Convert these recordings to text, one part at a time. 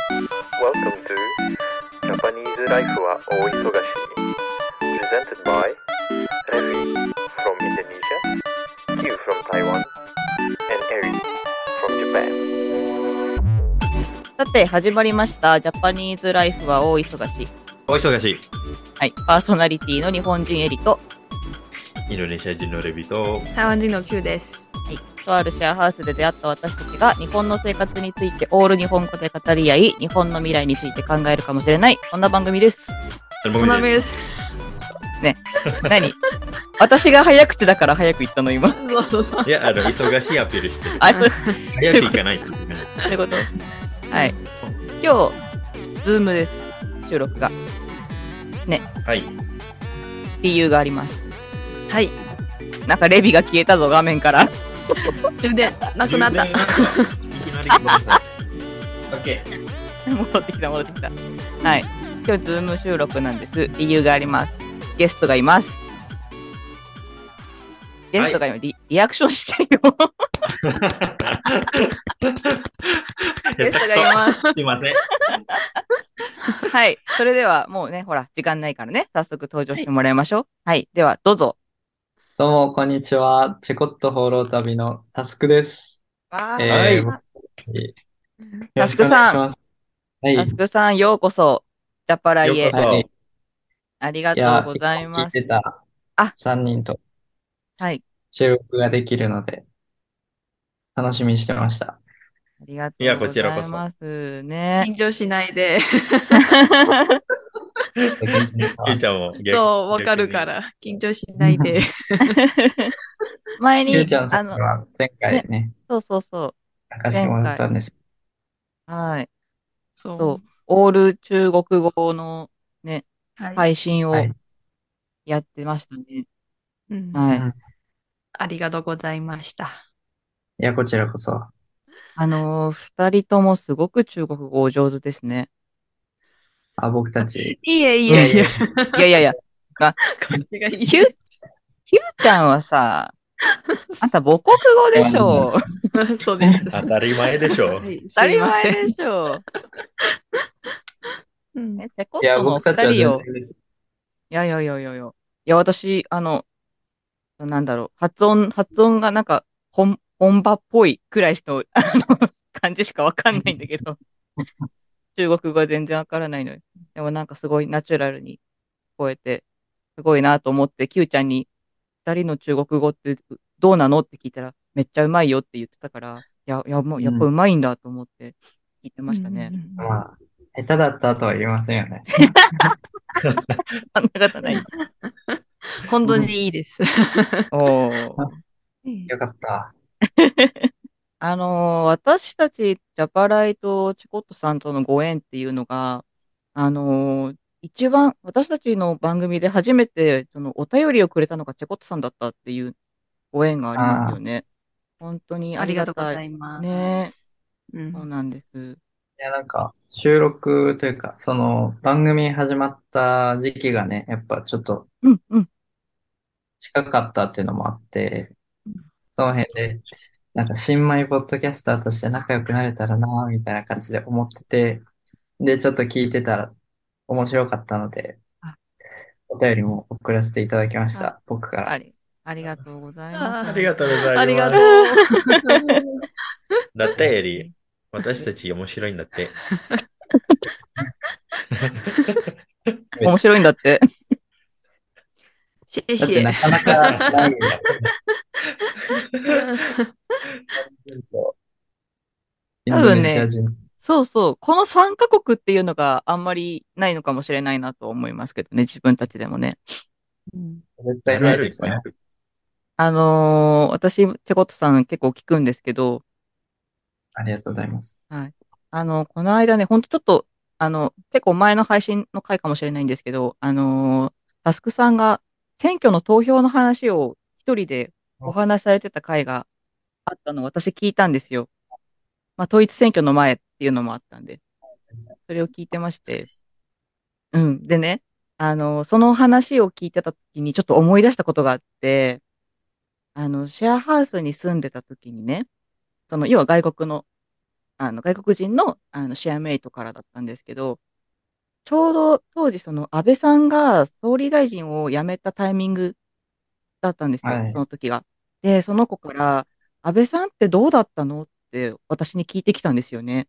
Welcome to Japanese Life は大忙しに Presented by Revi from Indonesia, Q from Taiwan, and Eri from Japan さて、始まりました。ジャパニーズライフは大忙し。お忙しはい。パーソナリティの日本人エリと、い。インドネシア人のレビと、台湾人の Q です。はい。とあるシェアハウスで出会った私たちが、日本の生活についてオール日本語で語り合い、日本の未来について考えるかもしれない、こんな番組 です。そそのです。何私が早口だから早く言ったの、今。そうそうそう。いや、あの、忙しいアピールしてる。あ、そう、早く行かないといけない。そういうこと。はい。今日、ズームです。収録が。はい。理由があります。はい。なんかレビが消えたぞ、画面から。充電、なくなった充電。がいきなりごめんなさい。オッケー。 戻ってきた戻ってきたはい今日ズーム収録なんです理由がありますゲストがいますゲストが今リ,、リアクションしてよゲストがい下手くますそすいません。はいそれではもうねほら時間ないからね早速登場してもらいましょうはい、ではどうぞどうも、こんにちは。チェコット放浪旅のタスクです。はえーはい僕よタろスしクくお願いさんします。はい。タスクさんようこそジャパライよへうこそはいありがいや、とうございま聞すいてたあ3人とはい収録ができるので、楽しみにして ました。ありがというやごこざちらこいそますね緊張しないで。ゆうちゃんも逆に。 そう、わかるか。ら。緊張しないで。前ゆうにちゃんさあんのは前回ね、そうそうそ参加してもらったんです。うはいそそうオール中国語のう。はい。配信をはいやってましたね。うんはい。うんありがとうございました。いや、こちらこそ。あのー二人ともすごく中国語お上手ですね。あ、僕たち。いえいえいえ。いやいやいや、こっちがいい。キュキューちゃんは さ、あんた母国語でしょ。そうです。当たり前でしょは。いす当たいりませ前ん。でしょ。うんえ、チェコいや、ットのお僕たちは二人を全。然です。いやいやいやいやいや。いや、私、あの、なんだろう、発音、発音がなんか、本、本場っぽいくらいしか、あの、 感じしかわかんないんだけど。中国語は全然わからないのに。でもなんかすごいナチュラルに聞こえて、すごいなと思って、キューちゃんに、二人の中国語ってどうなのって聞いたら、めっちゃうまいよって言ってたから、いや、いや、もう、やっぱうまいんだと思って聞いてましたね。。うんまあ、下手だったとは言いませんよね。 そんなことない。本当にいいです。 おー。よかった。あのー私たち、ジャパライとチコットさんとのご縁っていうのが、あのー一番、私たちの番組で初めて、その、お便りをくれたのがチコットさんだったっていうご縁がありますよね。本当にあありりががとうごたい。ざいます。ねう。そうんなんです。いや、なんか、収録というか、その、番組始まった時期がね、やっぱちょっとうん、うん。近かったっていうのもあって、その辺で、なんか、新米ポッドキャスターとして仲良くなれたらな、みたいな感じで思ってて、で、ちょっと聞いてたら面白かったのであ、お便りも送らせていただきました、僕かあら。り、ありがとうございます。ありがとうございます。ありがとう。だってエリ、私たち面白いんだって。面白いんだって。 シェだっシてなェ。かなかな いよね。 インドネシア人。そうそう。この3カ国っていうのがあんまりないのかもしれないなと思いますけどね、自分たちでもね。うん絶対ないですね。あのー私、チェコットさん結構聞くんですけど、ありがとうございます。あの、この間ね、ほんとちょっと、あの、結構前の配信の回かもしれないんですけど、あのータスクさんが選挙の投票の話を一人でお話しされてた回があったのを私聞いたんですよ。まあ、統一選挙の前っていうのもあったんで、それを聞いてまして、うん。でね、あのーその話を聞いてた時にちょっと思い出したことがあって、あの、シェアハウスに住んでた時にね、その、要は外国のあの、外国人の、あの、シェアメイトからだったんですけど、ちょうど当時、その、安倍さんが総理大臣を辞めたタイミングだったんですよ、はいその時が。で、その子から、安倍さんってどうだったのって私に聞いてきたんですよね。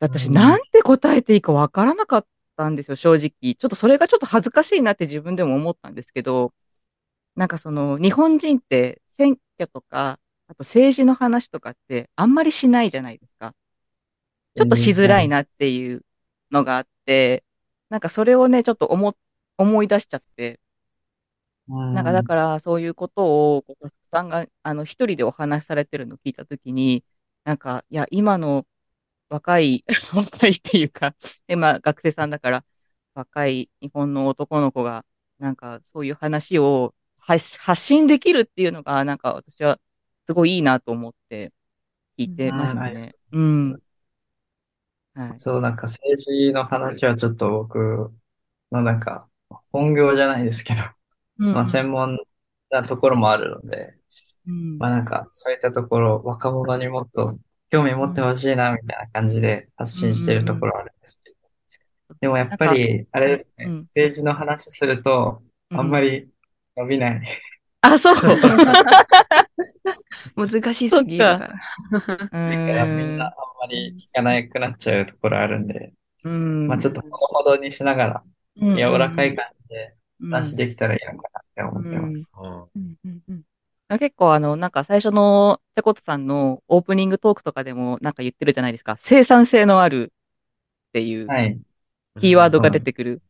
で私、うんなんて答えていいかわからなかったんですよ、正直。ちょっとそれがちょっと恥ずかしいなって自分でも思ったんですけど、なんかその、日本人って選挙とか、あと政治の話とかってあんまりしないじゃないですか。ちょっとしづらいなっていうのがあって、なんかそれをね、ちょっと思、思い出しちゃって、ななんかだからそういうことを、ここさんが、あの、一人でお話しされてるのを聞いたときに、なんか、いや、今の若い、 若いっていうか、今学生さんだから、若い日本の男の子が、なんかそういう話を発発信できるっていうのが、なんか私はすごいいいなと思って聞いてましたね。うん。はい。そう、なんか政治の話はちょっと僕のなんか本業じゃないですけど、まあ専門なところもあるので、うんまあなんかそういったところ若者にもっと興味持ってほしいなみたいな感じで発信してるところあるんですけど、でもやっぱりあれですね、うん政治の話するとあんまり。り伸びない。あ、そう。難しすぎるから。うだから みんなーあんまり聞かなくなっちゃうところあるんで、ん。まあちょっとほどほどにしながらうん、柔らかい感じで感話できたらいいのかなって思ってます。ううんんうんうん結構あの、なんか最初のチャコトさんのオープニングトークとかでもなんか言ってるじゃないですか。生産性のあるっていうはい。キーワードが出てくる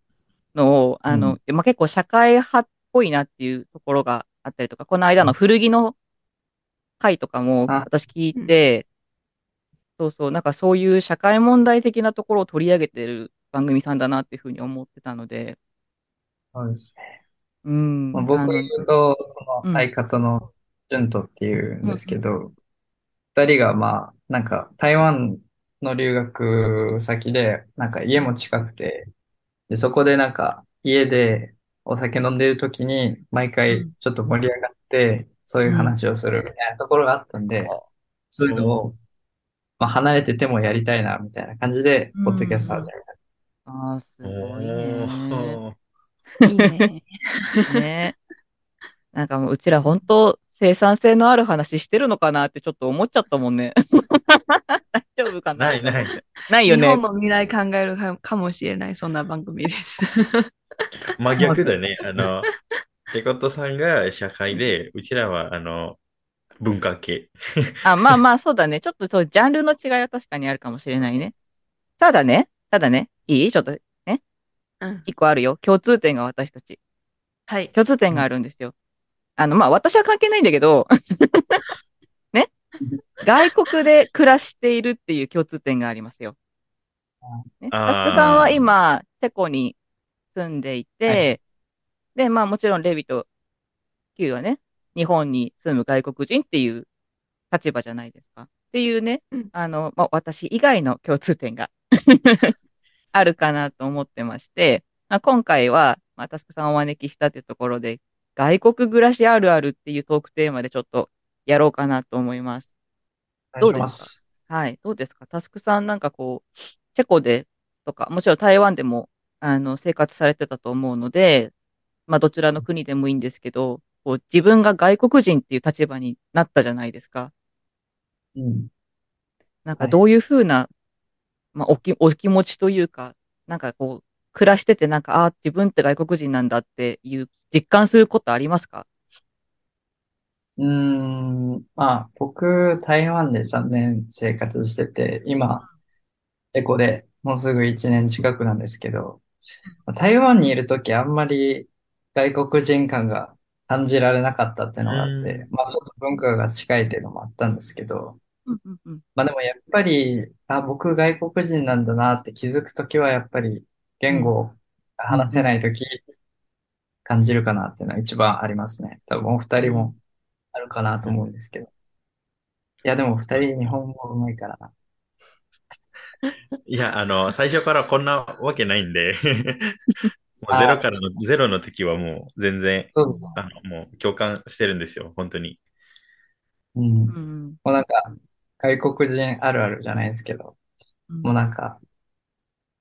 のを、うんあの、まあ、結構社会派っぽいなっていうところがあったりとか、この間の古着の回とかもあ私聞いて、そうそう、なんかそういう社会問題的なところを取り上げてる番組さんだなっていうふうに思ってたので、そうですね。うん。まあ、僕あのとそうんの相方のジュントっていうんですけど、二人がまあ、なんか台湾の留学先で、なんか家も近くて、で、そこでなんか家でお酒飲んでる時に毎回ちょっと盛り上がって、そういう話をするみたいなところがあったんで、そういうのを、まあ、離れててもやりたいな、みたいな感じで、ポッドキャスト始めた。あー、すごいおね。ーいいね。ね。なんかもう、うちら本当生産性のある話してるのかなってちょっと思っちゃったもんね。 大丈夫かなないない。ないよ日ね本。の未来考えるかかもしれない、そんな番組です。真逆だ ね。あの、ジェコットさんが社会で、うちらは、あの、文化系。あ、まあまあ、そうだね。ちょっとそう、ジャンルの違いは確かにあるかもしれないね。ただね、ただね、いいちょっと、うん一個あるよ。共通点が私たち。はい。共通点があるんですよ。あの、まあ、私は関係ないんだけど、ね。外国で暮らしているっていう共通点がありますよ。ね、あータスクさんは今、チェコに住んでいて、で、まあもちろんレビと Q はね、日本に住む外国人っていう立場じゃないですか。っていうね、うんあの、まあ私以外の共通点が あるかなと思ってまして、まあ、今回は、まあ、タスクさんをお招きしたってところで、外国暮らしあるあるっていうトークテーマでちょっとやろうかなと思います。どうですかお願いします。はい。どうですかタスクさんなんかこう、チェコでとか、もちろん台湾でも、あの、生活されてたと思うので、まあ、どちらの国でもいいんですけど、こう、自分が外国人っていう立場になったじゃないですか。うん。なんかはいどういうふうな、まあ、おき、お気持ちというか、なんかこう、暮らしててなんか、ああ、自分って外国人なんだっていう、実感することありますかうーん、まあ、僕、台湾で3年生活してて、今、チェコでもうすぐ1年近くなんですけど、台湾にいるときあんまり外国人感が感じられなかったっていうのがあって、まあ、ちょっと文化が近いっていうのもあったんですけど、うんうんうん。まあでもやっぱり、あ、僕外国人なんだなって気づくときはやっぱり言語が話せないとき感じるかなっていうのは一番ありますね。多分お二人もあるかなと思うんですけど。いやでもお二人日本語うまいからな。いや、あの、最初からこんなわけないん で、もうゼロからの、ゼロの時はもう全然、そうですね。あの、もう共感してるんですよ、本当に。うん。うんもうなんか、外国人あるあるじゃないですけど、もうなんか、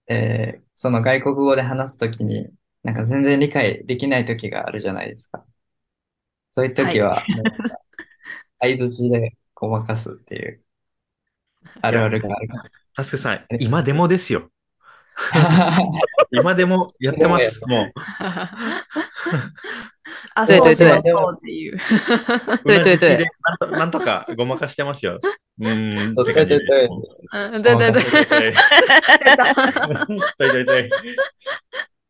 えーその外国語で話すときに、なんか全然理解できないときがあるじゃないですか。そういうときは、もうなんか相づちでごまかすっていう、 あるあるがあるかタスクさん、今でもですよ。今でもやって ます。もあ、对そう对そう对そうっていう。う、对对うなずき 对でなんとなんとかごまかしてますよ。うーん、そうって感じ对对对うんだだだ。 で。といといとい。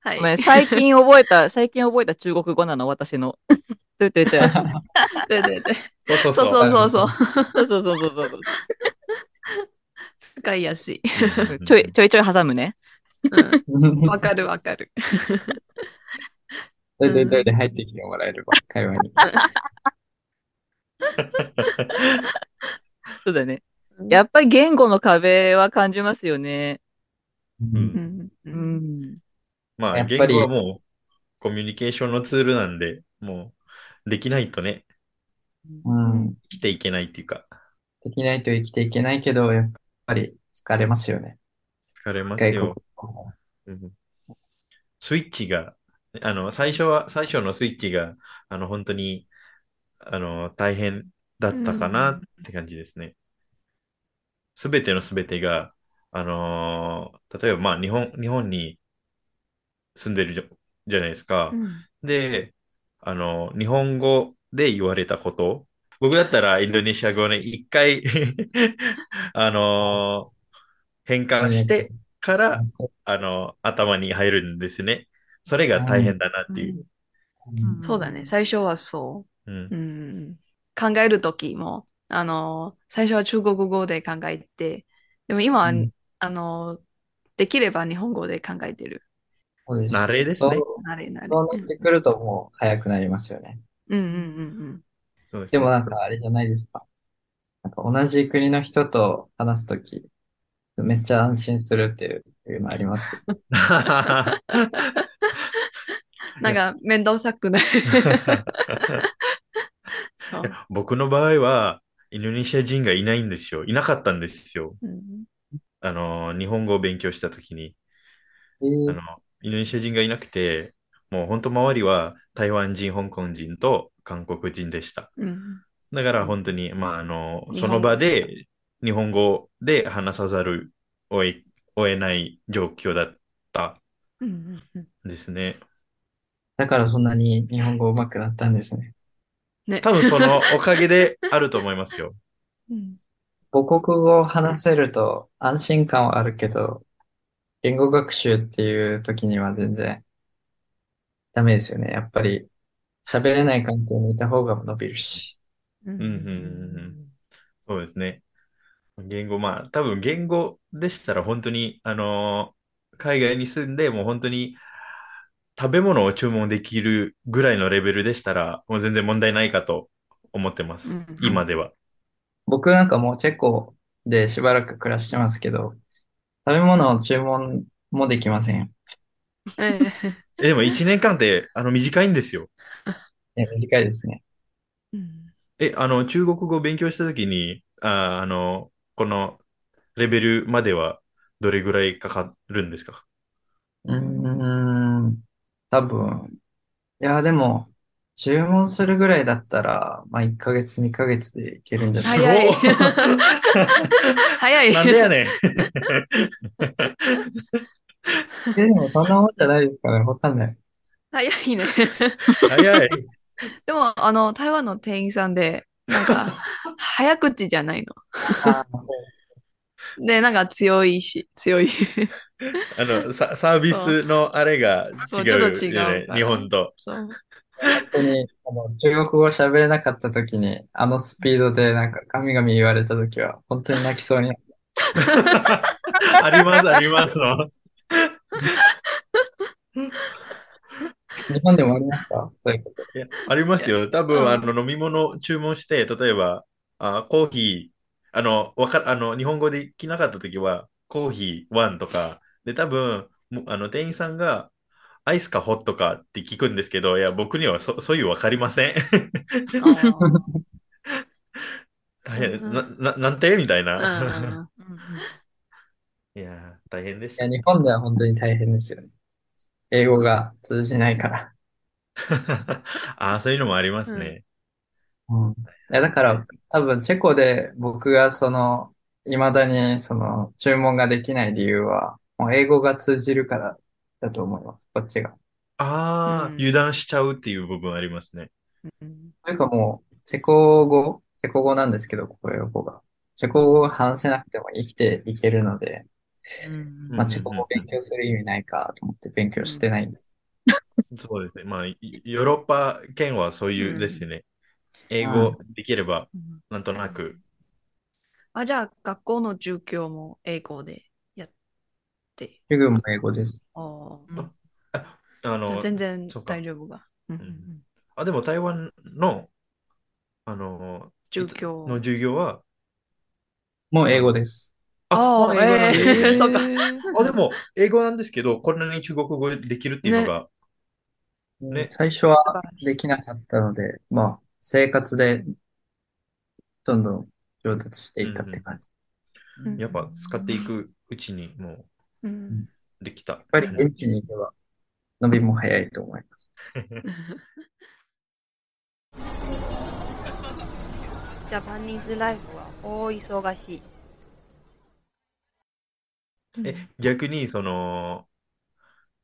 はい。ごめん最近覚えた、最近覚えた中国語なの、私の。 と言ってて。对对对そうそうそうそう。そうそうそう。そうそうそうそうそう。使いやすい。ちょい、ちょいちょい挟むね。うら。んわかるわかる。それでどれで入ってきてもらえれば、会話に。そうだね。やっぱり言語の壁は感じますよね。うんうんううんん。まあ、やっ言ぱり語はもうコミュニケーションのツールなんで、もうできないとね、うん。生きていけないっていうか、できないと生きていけないけど、やっぱり疲れますよね。疲れます外国よ。うんスイッチが、あの、最初は、最初のスイッチが、あの、本当に、あの、大変だったかなって感じですね。すべてのすべてが、あのー例えば、まあ、日本、日本に住んでるじゃじゃないですか。で、あの、日本語で言われたこと、僕だったらインドネシア語ね、一回 あの変換してから、あの、頭に入るんですね。それが大変だなっていう。うんそうだね。最初はそうんう。う。ん、考えるときも、あの、最初は中国語で考えて、でも今は、うんあの、できれば日本語で考えてる。そうです慣れですねそうなれなれ。そうなってくるともう早くなりますよね。うんうんうんそうすでねもなんかあれじゃないですか。なんか同じ国の人と話すとき、めっちゃ安心するっていうのあります。うん。なんか、面倒さくない。そう。 僕の場合は、インドネシア人がいないんですよ。いなかったんですよ。うんあの日本語を勉強したときに。えーあの、インドネシア人がいなくて、もう本当周りは台湾人、香港人と韓国人でした。うんだから本当に、まあ、あの、日本語その場で日本語で話さざるをえを得ない状況だったうんうんうんんですね。だからそんなに日本語上手くなったんですね。ね。多分そのおかげであると思いますよ。うん母国語を話せると安心感はあるけど、言語学習っていう時には全然ダメですよね。やっぱり喋れない環境にいた方が伸びるし。 うんうんうんそうですね。言語、まあ、多分言語でしたら本当に、あのー海外に住んで、もう本当に食べ物を注文できるぐらいのレベルでしたら、もう全然問題ないかと思ってます。うんうん今では。僕なんかもうチェコでしばらく暮らしてますけど、食べ物を注文もできませんよ。えええ、でも1年間って、あの、短いんですよ。いや短いですね。うんえ、あの、中国語を勉強したときに、あー、あの、このレベルまではどれぐらいかかるんで すかうーん、多分。いや、でも、注文するぐらいだったら、まあ1ヶ月、2ヶ月でいけるんじゃないすご早いっ 早い。なんでやねん。え、でもそんなもんじゃないですかね。わかんない。早いね。早い。でも、あの、台湾の店員さんで、なんか、早口じゃない あーの。で、なんか強いし、強い。あの、さサービスのあれがそう違ちょっとう違うよねから日本と。そう。本当に、あの、中国語喋れなかった時に、あのスピードでなんかガミガミ言われた時は、本当に泣きそうになる。あります、ありますの。日本でもありました そういうこと。いやありますよ。多うん分、あの、飲み物を注文して、例えば、あコーヒー、あの、わか、あの、日本語できなかったときは、コーヒー、ワンとか、で、多分、もうあの、店員さんが、アイスかホットかって聞くんですけど、いや、僕にはそ、そういうわかりませあん。ー 大変、うんな、な、なんてみたいうな。んうんうんいやー、大変でしいた や、。日本では本当に大変ですよね。英語が通じないから。ああ、そういうのもありますね。うん。いや、だから、多分、チェコで僕がその、未だにその、注文ができない理由は、もう英語が通じるからだと思います。こっちが。ああ、うん油断しちゃうっていう部分ありま すね。うんというかもう、チェコ語、チェコ語なんですけど、ここ英語が。チェコ語が話せなくても生きていけるので、うんまあ、チェコ語勉強する意味ないかと思って勉強してないんです。そうですね。まあ、いヨーロッパ圏はそういうですよね。英語できれば、うんなんとなく。あ、じゃあ、学校の授業も英語でやって。授業も英語です。あーああの、全然そうか大丈夫が。うんうんあ、でも台湾の、あの、授業の授業は、もう英語です。あ、あーまあ英語なんですえーねそうかあ、でも、英語なんですけど、こんなに中国語できるっていうのが、ね最初は素晴らしいできなかったので、まあ、生活でどんどん上達していったって感じ。うんやっぱ使っていくうちにもうんうできた。やっぱり現地に行けば伸びも早いと思います。ジャパニーズライフは大忙しい。え、逆に、その、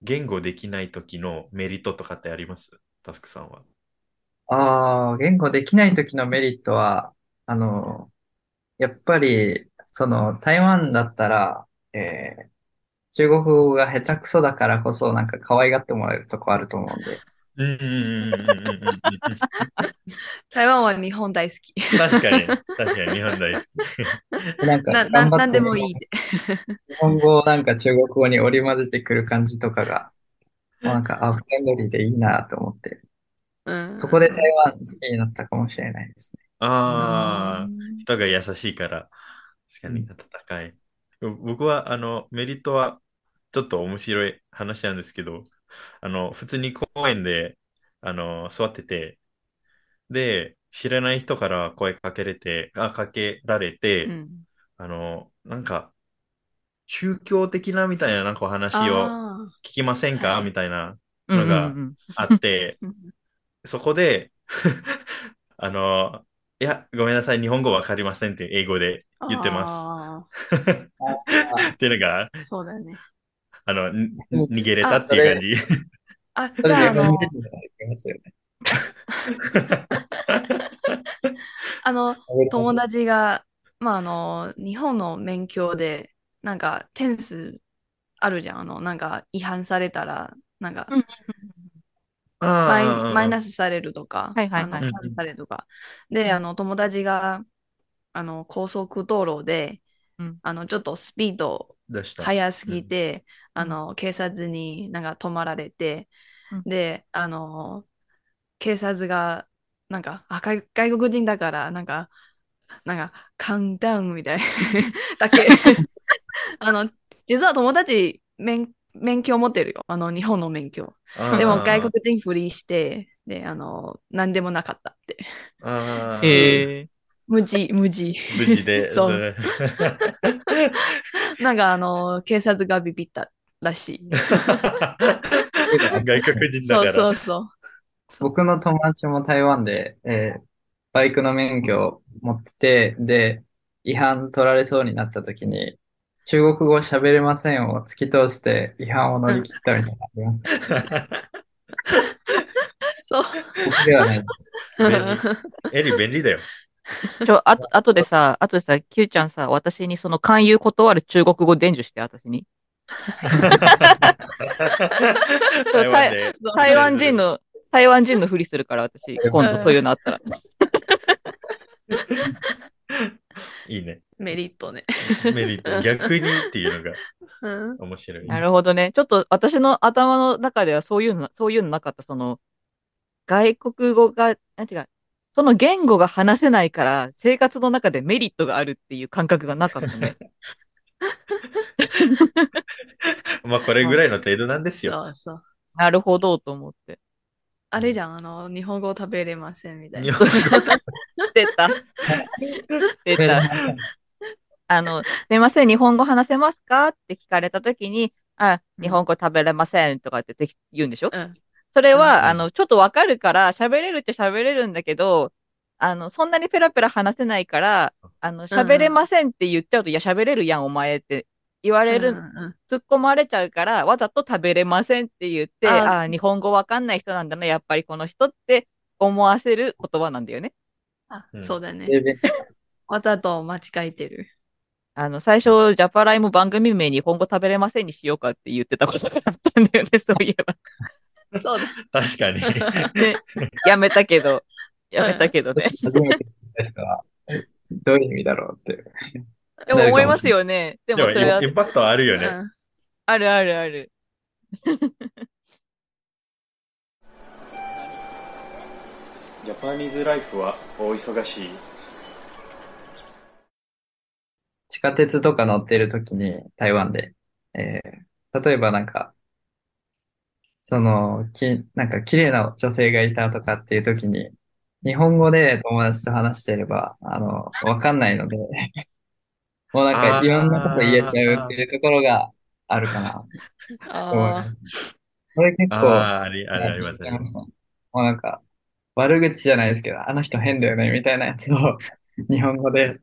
言語できない時のメリットとかってありますタスクさんは。ああ、言語できない時のメリットは、あの、やっぱり、その、台湾だったら、えー中国語が下手くそだからこそ、なんか可愛がってもらえるとこあると思うんで、うんうんうんうんうんうんうんうん。台湾は日本大好 き。確かに、確かに日本大好き。なんかな、な、頑張っなんてでもいい。日本語をなんか中国語に織り交ぜてくる感じとかが、もうなんか、あ、フレンドリーでいいなと思って、うんそこで台湾好きになったかもしれないですね。ああ、うん人が優しいから、確かにうん温かい。僕は、あの、メリットは、ちょっと面白い話なんですけど、あの、普通に公園で、あの、座ってて、で、知らない人から声かけれて、あ、かけられて、うんあの、なんか、宗教的なみたいな、なんかお話をあー聞きませんかはいみたいな、うんのがうんうんあって、うんそこで、あの、いや、ごめんなさい、日本語わかりませんって英語で言ってまあす。っていうのが、ーそうだよね。あの、にうん逃げれたっていう感じ。あ、そじれゃあ、あ日本の人、になりますよね。あの、友達が、まあ、あの、日本の免許で、なんか、点数あるじゃん。あの、なんか、違反されたら、なんか、マイ、マイナス。スされるとか、はいはいはいあの外されるとか。で、あの、友達が、あの、高速道路でうん、あの、ちょっとスピード出した。速すぎて、あの、警察になんか止まられてうん、で、あの、警察が、なんか、あ、外外国人だから、なんか、なんか、カウンダウンみ たいだけ。あの、実は友達、免、免許持ってるよ。あの、日本の免許。あーでも外国人フリーして、で、あの、何でもなかったって。 あーへえ。無事、無事。無事で。そうれなんか、あの、警察がビビったら しい。外国人だそうから。そうそう。僕の友達も台湾で、えーバイクの免許を持ってて、で、違反取られそうになった時に、中国語喋れませんを突き通して違反を乗り切ったみたいなのありました。そう。僕では ない。エリ、便利だよ。ちょ、あと、あとでさ、あとでさ、キューちゃんさ、私にその勧誘断る中国語伝授して、私に。台湾で台湾人の、台湾人のふりするから、私、今度そういうのあったら。いいね。メリットね。メリット。逆にっていうのがうん面白い。なるほどね。ちょっと私の頭の中ではそういうの、そういうのなかった。その、外国語が、なんていうか、その言語が話せないから、生活の中でメリットがあるっていう感覚がなかったね。まあ、これぐらいの程度なんですよ。そうそう。なるほど、と思って。あれじゃん、あの、日本語食べれませんみたい日な。本 出た。出た。あの、すいません、日本語話せますかって聞かれたときに、あ、うん日本語食べれませんとかってでき言うんでしょうん。それは、うんあの、ちょっとわかるから、喋れるって喋れるんだけど、あの、そんなにペラペラ話せないから、あの、喋れませんって言っちゃうと、いや、喋れるやん、お前って言われる、うんうん突っ込まれちゃうから、わざと食べれませんって言って、あーああー、日本語わかんない人なんだな、やっぱりこの人って思わせる言葉なんだよね。あう、んそうだね。ででわざと間違えてる。あの、最初、ジャパライも番組名日本語食べれませんにしようかって言ってたことがあったんだよね、そういえば。そうだ。確かに。ね、やめたけど、やめたけどね。初めて聞いた人は、えどういう意味だろうって。でも思いますよね。 ででもも、それはインパクトあるうよね。ん。あるあるある。ジャパニーズライフは大忙しい。地下鉄とか乗ってる時に、台湾で、えー例えばなんか、その、き、なんか綺麗な女性がいたとかっていう時に、日本語で友達と話してれば、あの、わかんないので、 もうなんあーかいろんなこと言えちゃうっていうところがあるかな。ああ、これ結あ構、あ、あり、ありありますね。もうなんか、悪口じゃないですけど、あの人変だよねみたいなやつ を日本語で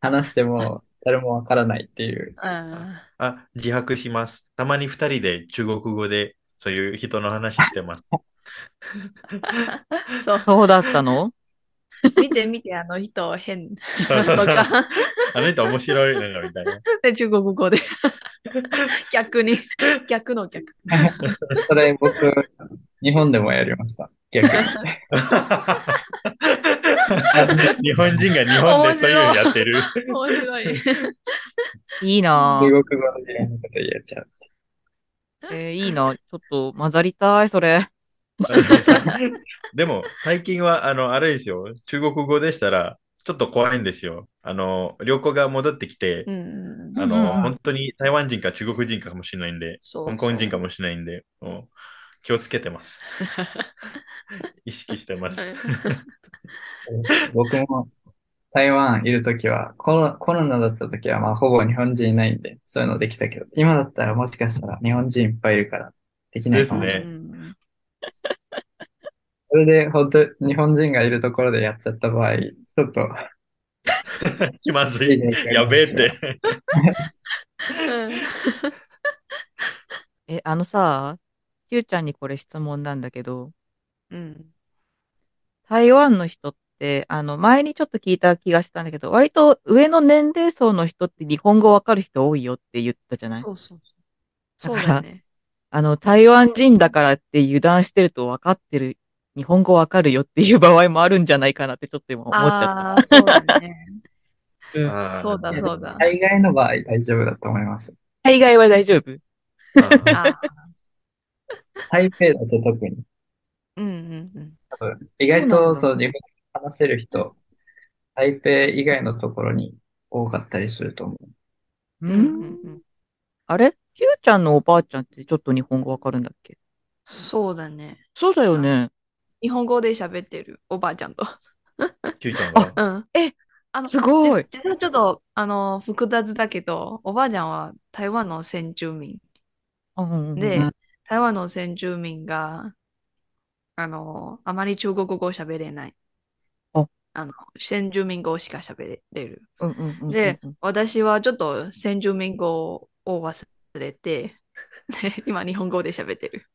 話しても誰もわからないっていう。うん。あ、自白します。たまに二人で中国語でそういう人の話して ます。そう。そうだったの見て見て、あの人変。そうそうとそう。か。 あの人面白いのよみたい な。で、中国語で。 逆に。逆の逆。それ僕、日本でもやりました。逆 に。日本人が日本でそういうのやってる。面白い。いいなぁ、中国語でいろんなこと言えちゃう。えーいいなぁちょっと混ざりたい、それ。でも最近はあのあれですよ。中国語でしたらちょっと怖いんですよ。あの旅行が戻ってきてう、ん。あうんうんうのん本当に台湾人か中国人かもしれないんで、そう香港人かもしれないんで、もう気をつけてます。 意識してます。僕も台湾いるときは、コロ、コロナだったときは、まあ、ほぼ日本人いないんで、そういうのできたけど、今だったらもしかしたら日本人いっぱいいるから、できないかもしれない。ねうんそれで、本当日本人がいるところでやっちゃった場合、ちょっと、気まずい。やべえって。え、あのさ、キューちゃんにこれ質問なんだけど、うん。台湾の人って、あの、前にちょっと聞いた気がしたんだけど、割と上の年齢層の人って日本語わかる人多いよって言ったじゃないそうそう。そうだ ね。あの、台湾人だからって油断してるとわかってる、日本語わかるよっていう場合もあるんじゃないかなってちょっと今思っちゃっああ、そうだね。あーそうだ、そうだ。大概の場合大丈夫だと思います。た。海外は大丈夫あ ーあー台北だと特に。うんうんうん。意外そうなんと、だそう、自分が話せる人、台北以外のところに多かったりすると思う。ううんうんうんあれキューちゃんのおばあちゃんってちょっと日本語わかるんだっけそうだね。そうだよね。日本語で喋ってるおばあちゃんと。 キューちゃんはうん。え、あの、すごいじ実はちょっと、あの、複雑だけど、おばあちゃんは台湾の先住民うんうんうんで、うん台湾の先住民が、あの、あまり中国語を喋れない。ああの、先住民語しか喋れれる。うんうんうんうんうんで、私はちょっと先住民語を忘れて、 で、今日本語で喋ってる。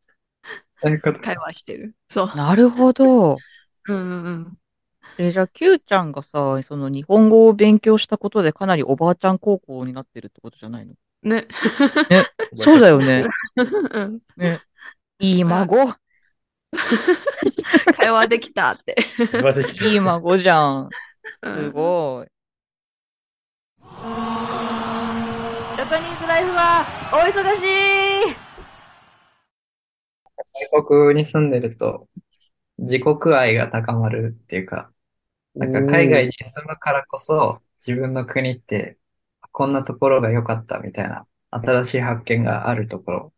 そういうこと。会話してる。そう。なるほど。うんうんうん。え、じゃあ、キューちゃんがさ、その日本語を勉強したことでかなりおばあちゃん高校になってるってことじゃないのね。 そうだよね。うんね。 いい孫。会話できたって。また来たいい孫じゃん。うんすごい。ジャパニーズライフは大忙しい外国に住んでると、自国愛が高まるっていうか、なんか海外に住むからこそ、自分の国って、こんなところが良かったみたいな、新しい発見があるところ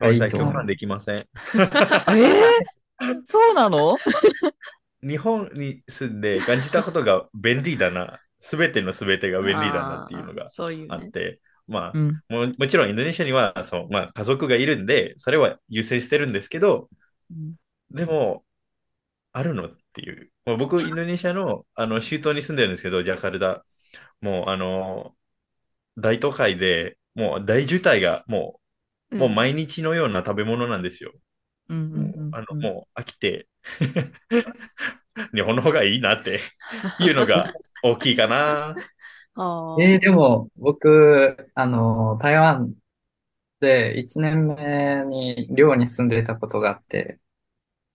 がいいさと共思う感。できません。え そうなの日本に住んで感じたことが便利だな。すべてのすべてが便利だなっていうのあーがそういうあっね。て、まあ、うん。ももちろんインドネシアにはそう、まあ、家族がいるんで、それは優先してるんですけど、でも、あるのっていう。まあ、僕、インドネシアの、あの、州島に住んでるんですけど、ジャカルダ。もう、あの、大都会で、もう大渋滞が、もう、もう毎日のような食べ物なんですうよ。んうんもううんうんあの、もう飽きて、 日本の方がいいなっていうのが大きいかな。あーえーでも、僕、あの、台湾で1年目に寮に住んでたことがあって、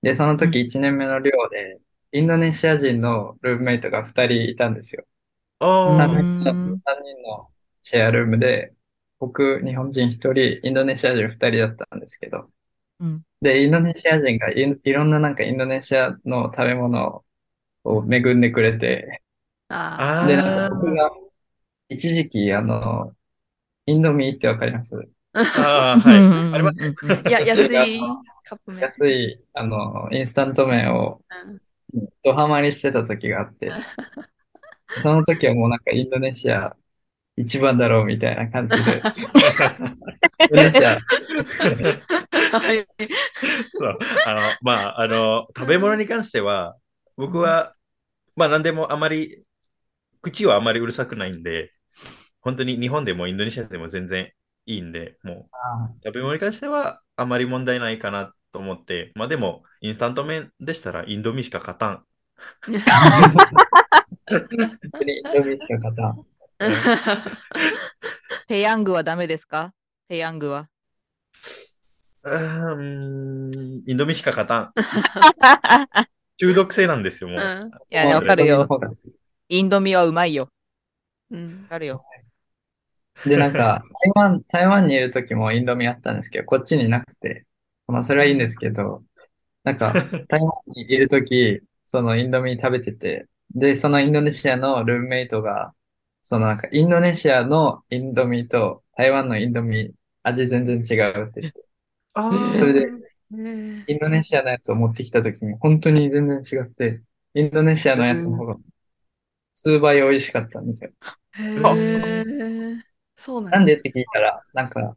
で、その時1年目の寮で、インドネシア人のルームメイトが2人いたんですよ。あ3ー人の、うん三人のシェアルームで、僕、日本人1人、インドネシア人2人だったんですけどうん、で、インドネシア人がい、いろんななんかインドネシアの食べ物を恵んでくれて、ああで、ーなんか僕が一時期、あの、インドミーってわかりますあーはい。ありますうんよ。うんうん ー。いや、安いカップ麺。安い、あの、インスタント麺をドハマりしてた時があ って、その時はもうなんかインドネシア一番だろうみたいな感じで、 インドネシア、はい。そう。あの、まあ、あの、食べ物に関しては、僕は、まあ、何でもあまり、口はあまりうるさくないんで、本当に日本でもインドネシアでも全然いいんで、もあう、食べ物に関してはあまり問題ないかなと思って、まあ、でも、インスタント麺でしたら、インドミしか勝たん。本当にインドミーしか勝たん。ペヤングはダメですかペヤング は。うーん、インドミしか勝たん。中毒性なんですよ、もう。うんいや、ね、わかるよ。インドミはうまいよ。うんわかるよ。で、なんか、台湾、台湾にいる時もインドミあったんですけど、こっちになくて、まあ、それはいいんですけど、なんか、台湾にいる時、そのインドミ食べてて、で、そのインドネシアのルームメイトが、そのなんか、インドネシアのインドミと台湾のインドミ、味全然違うって言って、あそれーで、ねインドネシアのやつを持ってきた時に、本当に全然違って、インドネシアのやつの方が、数倍美味しかったんですよ。えへーそうなんだなんでって聞いたら、なんか、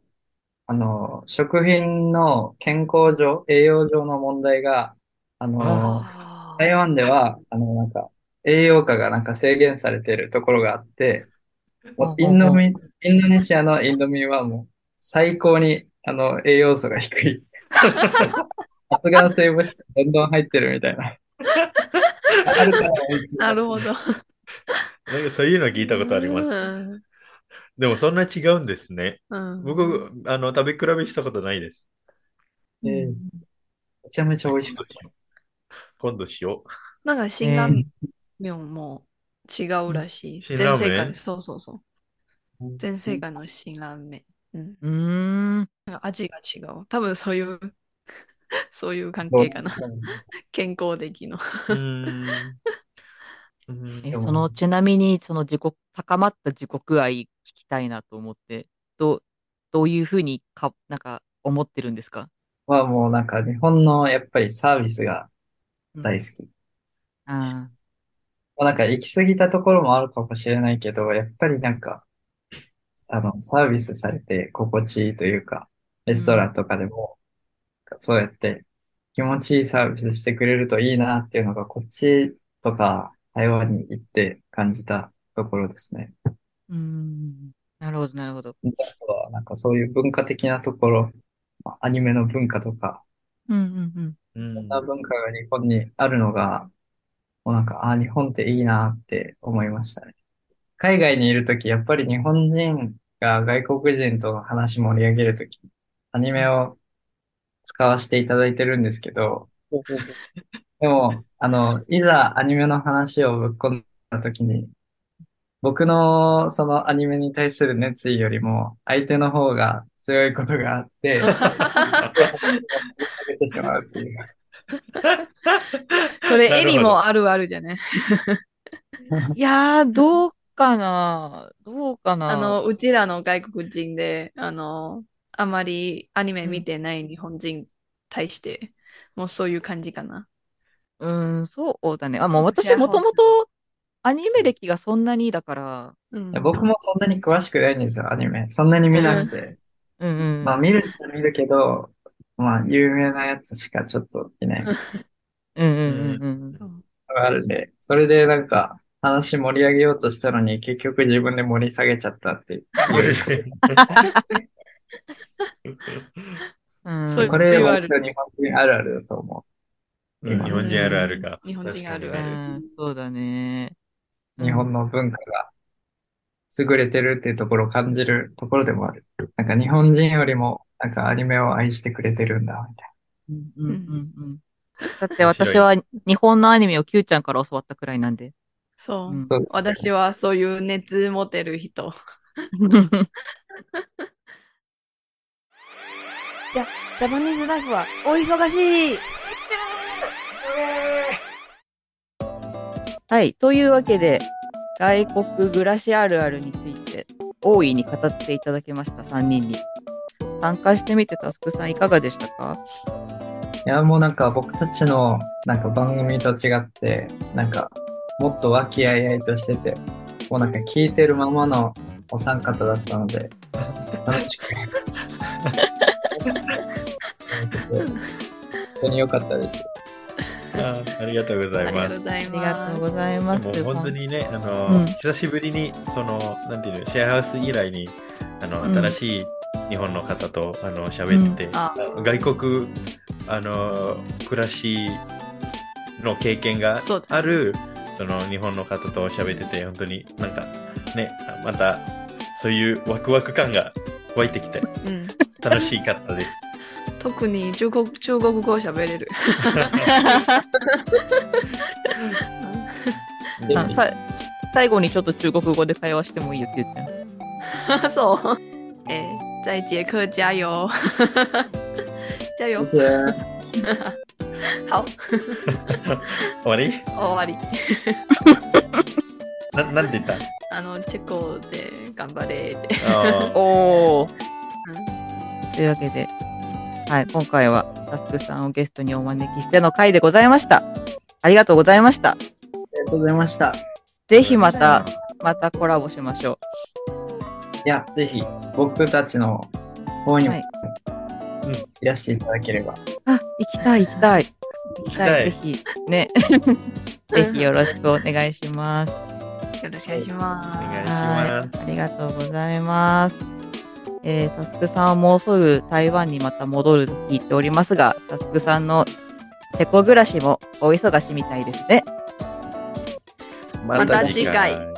あの、食品の健康上、栄養上の問題が、あの、あー台湾では、あの、なんか、栄養価がなんか制限されているところがあって、もうインドミ、インドネシアのインドミはもう最高に、あの、栄養素が 低い。発がん性物質どんどん入ってるみた いな。あるから美味しいなるほど。なんかそういうの聞いたことあります。す。でも、そんな違うんですね。うん僕、あの、食べ比べしたことないです。ええめちゃめちゃ美味しかった。今度しよなんか、辛ラーメンも違うらしい。辛全ラーメン世界、そうそうそう。全世界の辛ラーメン。うん。うーん。なんか味が違う。多分そう いう、そういう関どう係かな。健康的の。う。うーん。うーえ、んでもその、ちなみに、その自己、高まった自国愛聞きたいなと思って、どう、どういうふうにか、なんか、思ってるんですかはもうなんか日本のやっぱりサービスが大好き。もあうなんか行き過ぎたところもあるかもしれないけど、やっぱりなんか、あの、サービスされて心地いいというか、レストランとかでも、そうやって気持ちいいサービスしてくれるといいなっていうのが、こっちとか台湾に行って感じたところですね。ーうーん。なるほど、なるほど。あとはなんかそういう文化的なところ、まあアニメの文化とか、うんうんうん。うんそんな文化が日本にあるのが、もうなんか、ああ、日本っていいなって思いましたね。海外にいるとき、やっぱり日本人が外国人との話盛り上げるとき、アニメを使わせていただいてるんですけど、でも、あの、いざアニメの話をぶっ込んだときに、僕のそのアニメに対する熱意よりも、相手の方が強いことがあって、 負けてしまうっていう。それ、なエるほどリもあるあるじゃね。いやー、どうかなどうかなあの、うちらの外国人で、あの、あまりアニメ見てない日本人に対して、もうそういう感じかな。うーん、そうだね。あ、もう私私はもともとアニメ歴がそんなにだから、うんいや僕もそんなに詳しくないんですよ、アニメ。そんなに見なくて。うんうん。まあ見るっちゃ見るけど、まあ有名なやつしかちょっと見ないうんうんうんうん。そうのがあるんで、それでなんか話盛り上げようとしたのに結局自分で盛り下げちゃったって いう。うんそういうこれよくはある割と日本人あるあるだと思うん日本人あるあるが。日本人あるうあるんそうだね。う。日本の文化が優れてるっていうところを感じるところでもある。なんか日本人よりもなんかアニメを愛してくれてるんだ、みたいうんうんうんうん。だって私は日本のアニメを Q ちゃんから教わったくらいなんで。そうう。んな。そう。私はそういう熱持てる人。 ジャパニーズライフは大忙しいはい。というわけで、外国暮らしあるあるについて、大いに語っていただきました、3人に。参加してみて、タスクさんいかがでしたかいや、もうなんか僕たちのなんか番組と違って、なんかもっと和気あいあいとしてて、もうなんか聞いてるままのお三方だったので、楽しく。楽しく本当に良かったです。あありがとうござあいりがまとうすご。ざいあります。がとうございもます。う本当にね、あの、うん久しぶりに、その、なんていうの、シェアハウス以来に、あの、うん新しい日本の方と、あの、喋って、うんあ外国、あの、暮らしの経験がそうだある、その、日本の方と喋ってて、本当になんか、ね、また、そういうワクワク感が湧いてきて、うん、楽しかったです。特に中国中国語喋れる。うんあさ最後にちょっと中国語で会話してもいいよって言って。 そう。えー、在捷克加 油。加油。じゃあ好、終わり終わり。ななんて言ったあの、チェコで頑張れって。あーおーうんというわけで、はい、今回はタスクさんをゲストにお招きしての回でございました。ありがとうございました。ありがとうございました。ぜひまた、またコラボしましょいや、ぜひ僕たちの方にもはいうんいらしていただければ。う。あ、行きたい、行きたい。行きたいぜひ、 ね。ぜひよろしくお願いします。よろしくお願いしまおす。願いしまはす。い、ありがとうございます。えー、タスクさんはもうすぐ台湾にまた戻ると聞いておりますが、タスクさんのチェコ暮らしもお忙しみたいですね。 また次回。